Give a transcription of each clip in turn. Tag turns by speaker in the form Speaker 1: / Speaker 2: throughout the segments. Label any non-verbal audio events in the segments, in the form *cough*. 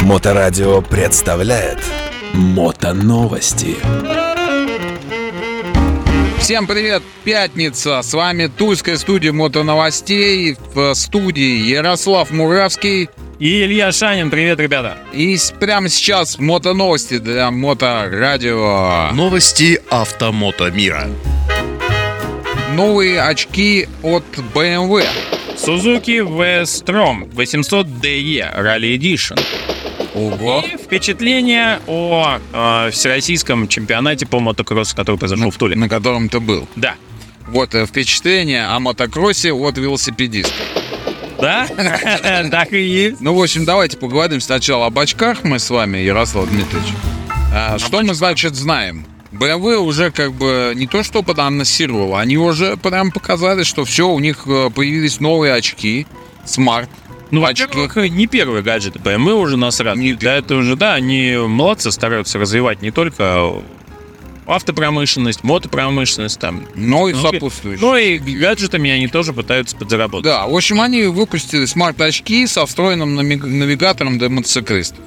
Speaker 1: Моторадио представляет Мотоновости.
Speaker 2: Всем привет! Пятница! С вами Тульская студия мотоновостей. В студии Ярослав Муравский.
Speaker 3: И Илья Шанин, привет, ребята.
Speaker 2: И с- прямо сейчас мотоновости для моторадио.
Speaker 4: Новости автомото мира.
Speaker 2: Новые очки от BMW.
Speaker 3: Suzuki V-Strom 800DE Rally Edition.
Speaker 2: Ого!
Speaker 3: И впечатление о э, всероссийском чемпионате по мотокроссу, который произошел в Туле.
Speaker 2: На котором ты был.
Speaker 3: Да.
Speaker 2: Вот э, впечатление о мотокроссе от велосипедиста.
Speaker 3: Да? *laughs* Так и есть.
Speaker 2: Ну, в общем, давайте поговорим сначала об очках мы с вами, Ярослав Дмитриевич. А, что мы, значит, знаем? BMW уже как бы не то что поданонсировала, они уже прям показали, что все, у них э, появились новые очки, смарт.
Speaker 3: Ну,
Speaker 2: Очки.
Speaker 3: во-первых, не первый гаджет BMW уже насрали. Да, это уже, да, они молодцы, стараются развивать не только автопромышленность, мотопромышленность там.
Speaker 2: но и
Speaker 3: Ну,
Speaker 2: сопутствующие.
Speaker 3: Но и гаджетами они тоже пытаются подзаработать.
Speaker 2: Да, в общем, они выпустили смарт-очки со встроенным намиг- навигатором для мотоциклистов.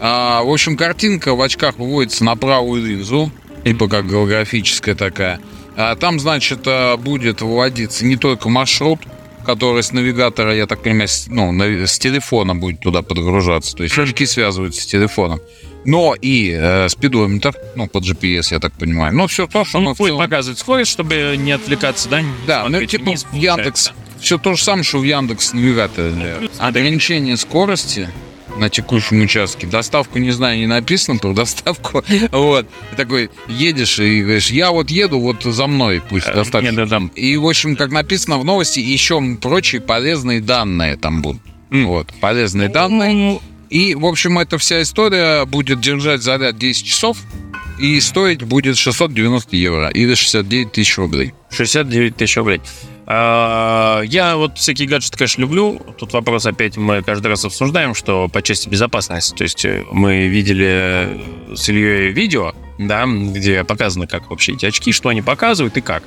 Speaker 2: А, в общем, картинка в очках выводится на правую линзу, типа как голографическая такая. А, там, значит, а, будет выводиться не только маршрут, который с навигатора, я так понимаю, с, ну, нави- с телефона будет туда подгружаться. То есть очки связываются с телефоном. Но и э, спидометр, ну, под GPS, я так понимаю. Но все то, что
Speaker 3: Он
Speaker 2: мы в
Speaker 3: будет
Speaker 2: целом-
Speaker 3: показывать скорость, чтобы не отвлекаться, да? не
Speaker 2: да, ну
Speaker 3: смотреть
Speaker 2: типа
Speaker 3: вниз,
Speaker 2: в Яндекс.
Speaker 3: получается.
Speaker 2: Все то же самое, что в Яндекс навигаторе.
Speaker 3: А,
Speaker 2: Ограничение скорости на текущем участке. Доставку, не знаю, не написано про доставку. *laughs* Вот. Такой едешь и говоришь, я вот еду, вот за мной пусть
Speaker 3: Э,
Speaker 2: доставка.
Speaker 3: нет, да, там.
Speaker 2: И, в общем, как написано в новости, еще прочие полезные данные там будут. Вот, полезные данные. И, в общем, эта вся история будет держать заряд 10 часов и стоить будет 690 евро или 69 тысяч рублей.
Speaker 3: 69 тысяч рублей. А, Я вот всякие гаджеты, конечно, люблю. Тут вопрос опять мы каждый раз обсуждаем, что по части безопасности. То есть э, мы видели э, с Ильей видео, да, где показано, как вообще эти очки, что они показывают и как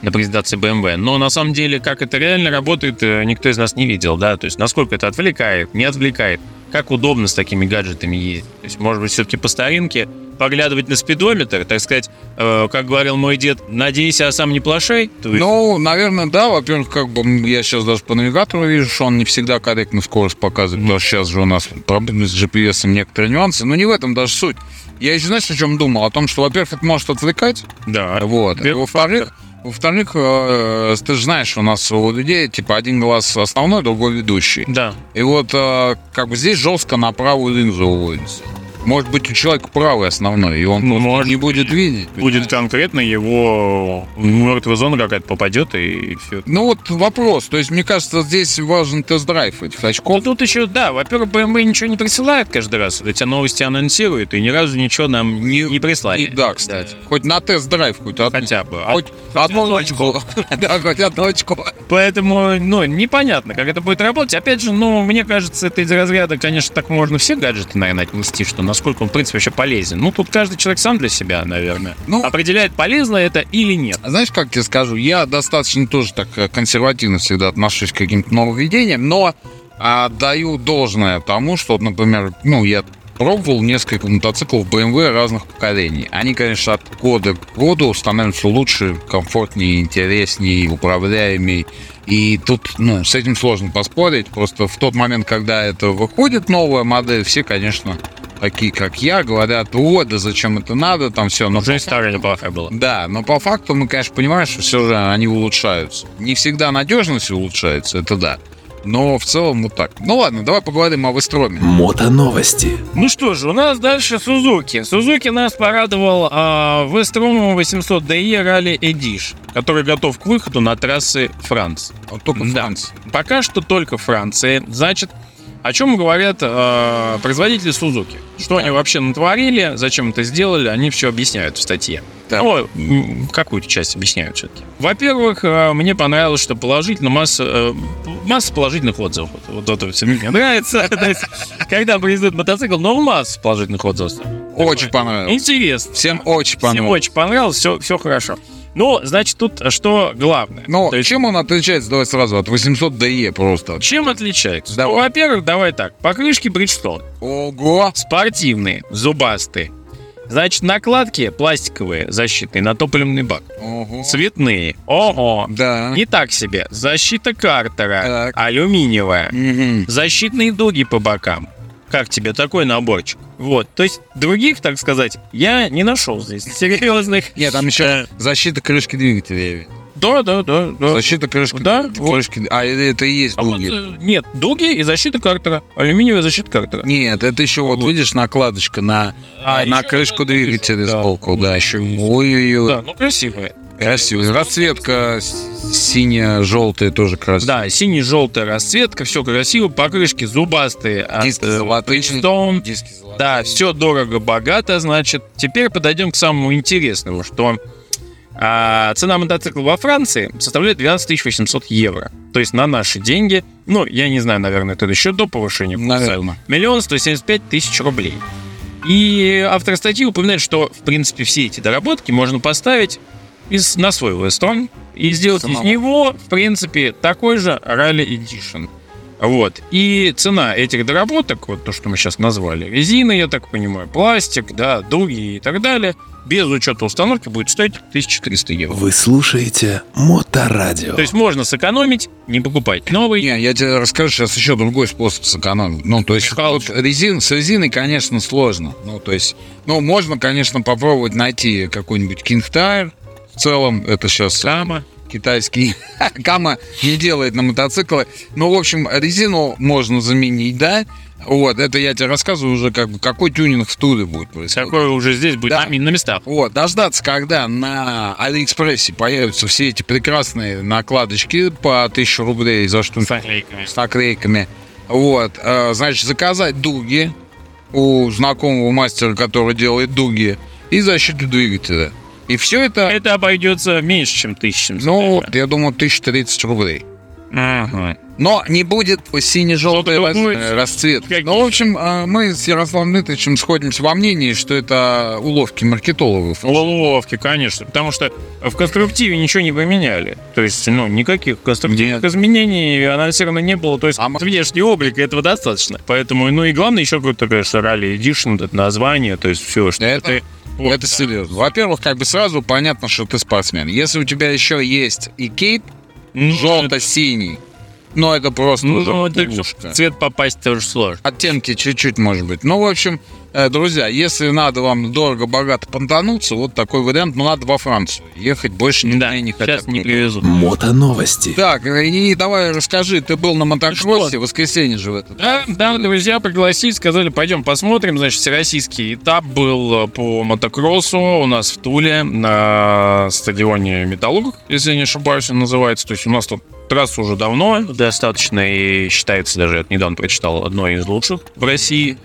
Speaker 3: на презентации BMW. Но на самом деле, как это реально работает, э, никто из нас не видел, да. То есть насколько это отвлекает, не отвлекает, как удобно с такими гаджетами ездить. То есть, может быть, все-таки по старинке поглядывать на спидометр, так сказать, э, как говорил мой дед, надейся, а сам не плашай. То есть-
Speaker 2: Ну, наверное, да. Во-первых, как бы м, я сейчас даже по навигатору вижу, что он не всегда корректно скорость показывает, потому что сейчас же у нас проблемы с GPS, некоторые нюансы, но не в этом даже суть. Я еще, знаешь, о чем думал? О том, что, во-первых, это может отвлекать,
Speaker 3: Да.
Speaker 2: вот.
Speaker 3: Первый
Speaker 2: Во-вторых, во-вторых, э, ты же знаешь, у нас у людей, типа, один глаз основной, другой ведущий.
Speaker 3: Да.
Speaker 2: И вот, э, как бы здесь жестко на правую линзу уводится. Может быть, у человека правый основной, и он Ну,
Speaker 3: Может,
Speaker 2: не будет видеть.
Speaker 3: будет конкретно его мертвая зона какая-то попадет и все.
Speaker 2: Ну вот вопрос. То есть, мне кажется, здесь важен тест-драйв этих очков.
Speaker 3: Ну, Тут еще, да, во-первых, BMW ничего не присылает каждый раз. Эти новости анонсируют, и ни разу ничего нам не, не прислали.
Speaker 2: И да, кстати. Хоть на тест-драйв хоть одну.
Speaker 3: Хотя бы. А-
Speaker 2: Хоть одну очко. *laughs* Да, хоть одну очко.
Speaker 3: Поэтому, ну, непонятно, как это будет работать. Опять же, ну, мне кажется, это из разряда, конечно, так можно все гаджеты, наверное, отнести, что насколько он, в принципе, вообще полезен. Ну, тут каждый человек сам для себя, наверное,
Speaker 2: Ну.
Speaker 3: определяет, полезно это или нет.
Speaker 2: А Знаешь, как тебе скажу, я достаточно тоже так э, консервативно всегда отношусь к каким-то нововведениям, но отдаю должное тому, что, например, ну, я пробовал несколько мотоциклов BMW разных поколений. Они, конечно, от года к году становятся лучше, комфортнее, интереснее, управляемее. И тут, ну, с этим сложно поспорить. Просто в тот момент, когда это выходит новая модель, все, конечно, такие, как я, говорят, о, да зачем это надо, там все. Но
Speaker 3: Уже и старая неплохая была.
Speaker 2: да, но по факту мы, конечно, понимаем, что все же они улучшаются. Не всегда надежность улучшается, это да. Но в целом вот так. Ну ладно, давай поговорим об Истроме.
Speaker 1: Мотоновости.
Speaker 3: Ну что же, у нас дальше Сузуки. Сузуки нас порадовал а, Веструмом 800 DE Rally Edition, который готов к выходу на трассы Франции.
Speaker 2: Вот только
Speaker 3: Да.
Speaker 2: Франция.
Speaker 3: Пока что только Франции. Значит, о чем говорят э, производители Сузуки? Что они вообще натворили, зачем это сделали, они все объясняют в статье.
Speaker 2: Так.
Speaker 3: О, м, какую-то часть объясняют все-таки. Во-первых, э, мне понравилось, что положительно масса, э, масса положительных отзывов. Вот, вот это все мне нравится. *laughs* То есть, Когда привезут мотоцикл, но масса положительных отзывов.
Speaker 2: Очень понравилось.
Speaker 3: Интересно.
Speaker 2: Всем очень
Speaker 3: Всем
Speaker 2: понравилось.
Speaker 3: очень понравилось, все, все хорошо. Ну, значит, тут что главное?
Speaker 2: Но
Speaker 3: То есть,
Speaker 2: Ну, чем он отличается, давай сразу, от 800 DE просто?
Speaker 3: чем отличается?
Speaker 2: Давай.
Speaker 3: Ну, во-первых, давай так. Покрышки Bridgestone.
Speaker 2: Ого!
Speaker 3: Спортивные, зубастые. Значит, накладки пластиковые, защитные, на топливный бак.
Speaker 2: Ого.
Speaker 3: Цветные. Ого.
Speaker 2: Да.
Speaker 3: Не так себе. Защита картера.
Speaker 2: Так.
Speaker 3: Алюминиевая.
Speaker 2: Мгм.
Speaker 3: Защитные дуги по бокам. Как тебе такой наборчик? Вот, то есть других, так сказать, я не
Speaker 2: *laughs*
Speaker 3: нашел здесь серьезных.
Speaker 2: Нет, там
Speaker 3: Э.
Speaker 2: еще защита крышки двигателя. я вижу.
Speaker 3: Да, да, да, да.
Speaker 2: Защита крышки.
Speaker 3: Э, Да, вот.
Speaker 2: крышки. А это и есть
Speaker 3: А вот,
Speaker 2: дуги.
Speaker 3: э, нет, дуги и защита картера. Алюминиевая защита картера.
Speaker 2: Нет, это еще вот,
Speaker 3: Вот.
Speaker 2: видишь накладочка на,
Speaker 3: А,
Speaker 2: на
Speaker 3: еще
Speaker 2: крышку
Speaker 3: вот
Speaker 2: двигателя
Speaker 3: крыша, да.
Speaker 2: сбоку, да, еще. Ой-ой-ой.
Speaker 3: Да, ну красивая.
Speaker 2: Красиво. Расцветка с- синяя-желтая тоже красивая.
Speaker 3: Да, синий-желтая расцветка, все красиво, покрышки зубастые. от,
Speaker 2: Диски
Speaker 3: э,
Speaker 2: золотые.
Speaker 3: Bridgestone.
Speaker 2: Диски золотые.
Speaker 3: Да, все дорого, богато, значит. Теперь подойдем к самому интересному, что а, цена мотоцикла во Франции составляет 12 800 евро. То есть на наши деньги, ну, я не знаю, наверное, это еще до повышения курса,
Speaker 2: Наверное.
Speaker 3: миллион 175 тысяч рублей. И автор статьи упоминает, что, в принципе, все эти доработки можно поставить из, на свой Westron и сделать
Speaker 2: Самому.
Speaker 3: из него, в принципе, такой же Rally Edition. Вот. И цена этих доработок, вот то, что мы сейчас назвали, резина, я так понимаю, пластик, да, дуги и так далее, без учета установки будет стоить 1300 евро.
Speaker 1: Вы слушаете Моторадио.
Speaker 3: То есть можно сэкономить, не покупать новый.
Speaker 2: Не, я тебе расскажу сейчас еще другой способ сэкономить. Ну, то есть,
Speaker 3: Михалыч.
Speaker 2: вот резин, с резиной, конечно, сложно. Ну, то есть, ну, можно, конечно, попробовать найти какой-нибудь King Tire. В целом, это сейчас
Speaker 3: Кама.
Speaker 2: китайский. *laughs* Кама не делает на мотоциклы. Ну, в общем, резину можно заменить, да? Вот, это я тебе рассказываю уже, как бы, какой тюнинг в туре будет происходить.
Speaker 3: Такое уже здесь будет
Speaker 2: Да.
Speaker 3: на, на местах.
Speaker 2: Вот, дождаться, когда на Алиэкспрессе появятся все эти прекрасные накладочки по 1000 рублей за штуку
Speaker 3: С наклейками.
Speaker 2: с наклейками. Вот, э, значит, заказать дуги у знакомого мастера, который делает дуги, и защиту двигателя. И все это,
Speaker 3: Это обойдется меньше, чем 1700
Speaker 2: ну,
Speaker 3: евро.
Speaker 2: я думаю, 1030 рублей.
Speaker 3: Ага.
Speaker 2: Но не будет сине-желтой
Speaker 3: Что-то
Speaker 2: рас-
Speaker 3: будет.
Speaker 2: э, расцветки.
Speaker 3: Ну, Как-
Speaker 2: Ну, в общем, э, мы с Ярославом Дмитриевичем сходимся во мнении, что это уловки маркетологов.
Speaker 3: Уловки, конечно, потому что в конструктиве ничего не поменяли. То есть, ну, никаких конструктивных
Speaker 2: Нет.
Speaker 3: изменений анонсировано не было. То есть,
Speaker 2: А мы-
Speaker 3: внешний облик этого достаточно. Поэтому, ну и главное, еще круто, конечно, Rally Edition, это название, то есть все, что
Speaker 2: Это-
Speaker 3: ты... Вот,
Speaker 2: это
Speaker 3: да.
Speaker 2: серьезно. Во-первых, как бы сразу понятно, что ты спортсмен. Если у тебя еще есть и кейп
Speaker 3: Ну,
Speaker 2: желто-синий, ну это просто
Speaker 3: ну,
Speaker 2: уже
Speaker 3: это
Speaker 2: плюшка.
Speaker 3: в цвет попасть тоже сложно.
Speaker 2: Оттенки чуть-чуть, может быть. Ну, в общем, э, друзья, если надо вам дорого-богато понтануться, вот такой вариант, но надо во Францию. Ехать больше никуда
Speaker 3: Да,
Speaker 2: и не хотят.
Speaker 3: сейчас не привезут.
Speaker 1: Мотоновости.
Speaker 2: Так, э, и давай расскажи, ты был на мотокроссе,
Speaker 3: Что?
Speaker 2: воскресенье же в этот.
Speaker 3: Да, да, друзья пригласили, сказали, пойдем посмотрим. Значит, всероссийский этап был э, по мотокроссу у нас в Туле на стадионе «Металлург», если я не ошибаюсь, он называется. То есть у нас тут трасса уже давно достаточно и считается даже, я недавно прочитал, одной из лучших в России.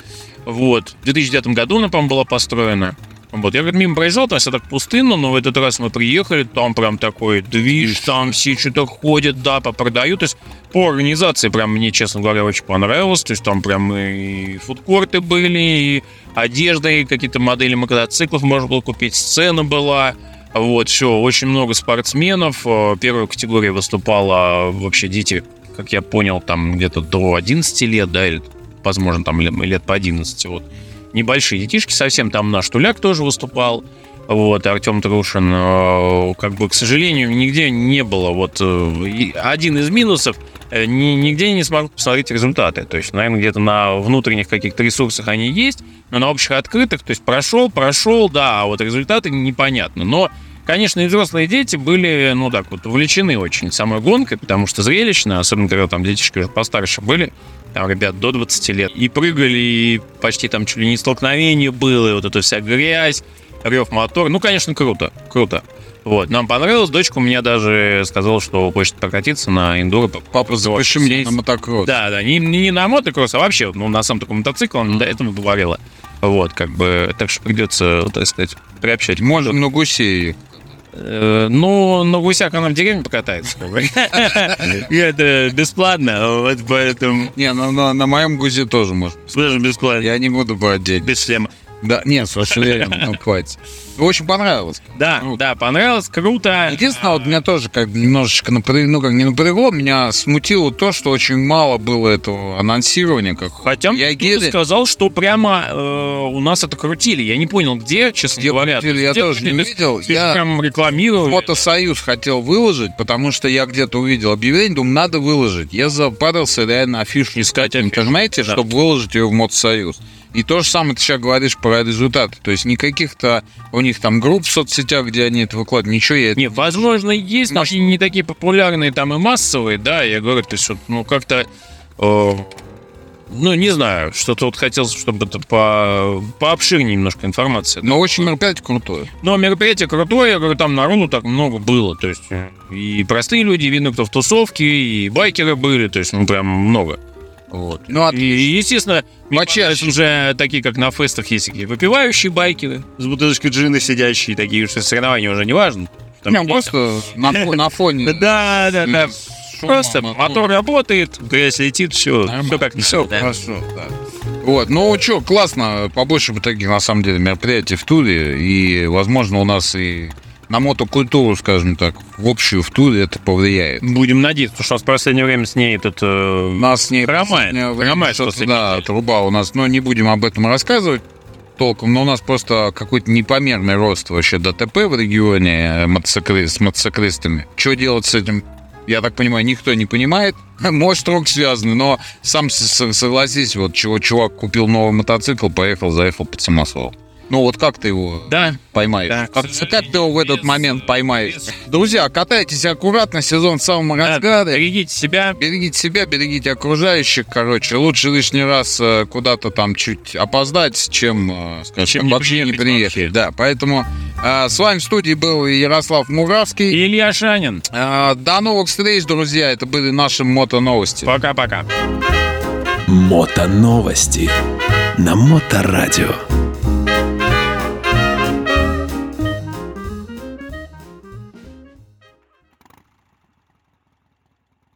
Speaker 3: Вот. В 2009 году она, по-моему, была построена. Вот, я, говорит, мимо проезжал, там все так пустынно, но в этот раз мы приехали, там прям такой движ, там все что-то ходят, да, попродают. То есть по организации прям мне, честно говоря, очень понравилось. То есть там прям и фудкорты были, и одежда, и какие-то модели мотоциклов можно было купить, сцена была. Вот, все, очень много спортсменов. Э, Первая категория выступала вообще дети, как я понял, там где-то до 11 лет, да, или, возможно, там лет лет по 11, вот небольшие детишки совсем. Там наш Туляк тоже выступал. Вот, Артем Трушин, э, как бы, к сожалению, нигде не было. Вот э, и один из минусов, э, ни- нигде не смог посмотреть результаты. То есть, наверное, где-то на внутренних каких-то ресурсах они есть, но на общих открытых, то есть прошел, прошел, да, а вот результаты непонятно. Но, конечно, и взрослые дети были, ну так вот, увлечены очень самой гонкой, потому что зрелищно, особенно когда там детишки постарше были, там ребят до 20 лет, и прыгали, и почти там чуть ли не столкновение было, и вот эта вся грязь, рев мотор. Ну, конечно, круто, круто. Вот, нам понравилось, дочка у меня даже сказала, что хочет прокатиться на эндуро.
Speaker 2: Папа, запиши меня на мотокросс.
Speaker 3: Да, да, не, не на мотокросс, а вообще, ну, на сам такой мотоцикл, она до этого говорила. Вот, как бы, так что придется, так сказать, приобщать.
Speaker 2: Можно на гусей.
Speaker 3: Э, Ну, на гусях она в деревне покатается. как бы. *laughs* Это бесплатно, а вот поэтому...
Speaker 2: Не, на, на- на моем гузе тоже можно.
Speaker 3: Тоже бесплатно.
Speaker 2: Я не буду по отдельно.
Speaker 3: без шлема.
Speaker 2: Да, нет, совершенно верно, нам ну, хватит. Очень понравилось.
Speaker 3: Да,
Speaker 2: Круто.
Speaker 3: да, понравилось, круто.
Speaker 2: Единственное, вот меня тоже как бы немножечко напрягло, ну как не напрягло, меня смутило то, что очень мало было этого анонсирования. Как
Speaker 3: Хотя ну,
Speaker 2: Я
Speaker 3: я
Speaker 2: гиды-
Speaker 3: сказал, что прямо э, у нас это крутили. Я не понял, где, честно
Speaker 2: Где
Speaker 3: говоря.
Speaker 2: крутили, я
Speaker 3: Где
Speaker 2: тоже не
Speaker 3: крутили?
Speaker 2: видел.
Speaker 3: Здесь
Speaker 2: Я-
Speaker 3: прям рекламировали.
Speaker 2: Фотосоюз хотел выложить, потому что я где-то увидел объявление, думаю, надо выложить. Я запарился реально афишу искать в интернете,
Speaker 3: Да.
Speaker 2: чтобы выложить ее в Мотосоюз. И то же самое ты сейчас говоришь про результаты. То есть никаких-то у них там групп в соцсетях, где они это выкладывают, ничего я
Speaker 3: Не, возможно, есть, но
Speaker 2: Может-
Speaker 3: они не такие популярные там и массовые, да, я говорю, то есть, вот, ну, как-то, э, ну, не знаю, что-то вот хотелось, чтобы это по, пообширнее немножко информация.
Speaker 2: Но очень мероприятие крутое.
Speaker 3: Но мероприятие крутое, я говорю, там народу так много было, то есть, э, и простые люди, видно, кто в тусовке, и байкеры были, то есть, ну, прям много. Вот.
Speaker 2: Ну,
Speaker 3: И, естественно, мне
Speaker 2: Почаще.
Speaker 3: понравились уже такие, как на фестах есть такие выпивающие байкеры с бутылочкой джина сидящие, такие, что соревнования уже не важно. Там
Speaker 2: Прям просто на, фо- на фоне.
Speaker 3: Да, да, да.
Speaker 2: шума,
Speaker 3: Просто
Speaker 2: мотор.
Speaker 3: мотор работает, грязь летит, все,
Speaker 2: Нормально.
Speaker 3: все как
Speaker 2: Всё хорошо, А да. Вот, ну что, классно, побольше бы таких, на самом деле, мероприятий в туре, и, возможно, у нас и на мотокультуру, скажем так, в общую в туре это повлияет.
Speaker 3: Будем надеяться, потому что у нас в последнее время с ней этот... э,
Speaker 2: Нас с ней
Speaker 3: Хромает.
Speaker 2: последнее время
Speaker 3: Хромает
Speaker 2: что-то,
Speaker 3: после
Speaker 2: да,
Speaker 3: недели.
Speaker 2: труба у нас, но не будем об этом рассказывать толком, но у нас просто какой-то непомерный рост вообще ДТП в регионе э, мотоциклы- с мотоциклистами. Что делать с этим? Я так понимаю, никто не понимает. *laughs* Может, рок связаны, но сам с- с- согласись, вот чего чувак купил новый мотоцикл, поехал, заехал под самосвал. Ну вот как ты его
Speaker 3: Да,
Speaker 2: поймаешь?
Speaker 3: Да, к
Speaker 2: как,
Speaker 3: сожалению,
Speaker 2: как ты его в этот
Speaker 3: без-
Speaker 2: момент поймаешь?
Speaker 3: без-
Speaker 2: Друзья, катайтесь аккуратно, сезон в самом
Speaker 3: да,
Speaker 2: разгаре.
Speaker 3: Э, берегите себя.
Speaker 2: Берегите себя, берегите окружающих, короче. Лучше лишний раз э, куда-то там чуть опоздать, чем, э, скажем
Speaker 3: Чем
Speaker 2: так,
Speaker 3: не
Speaker 2: вообще не
Speaker 3: приехать
Speaker 2: приехать.
Speaker 3: вообще.
Speaker 2: Да, поэтому э, с вами в студии был Ярослав
Speaker 3: И
Speaker 2: Муравский.
Speaker 3: Илья Шанин.
Speaker 2: Э, до новых встреч, друзья. Это были наши мото-новости.
Speaker 3: Пока-пока.
Speaker 1: Мотоновости на Моторадио.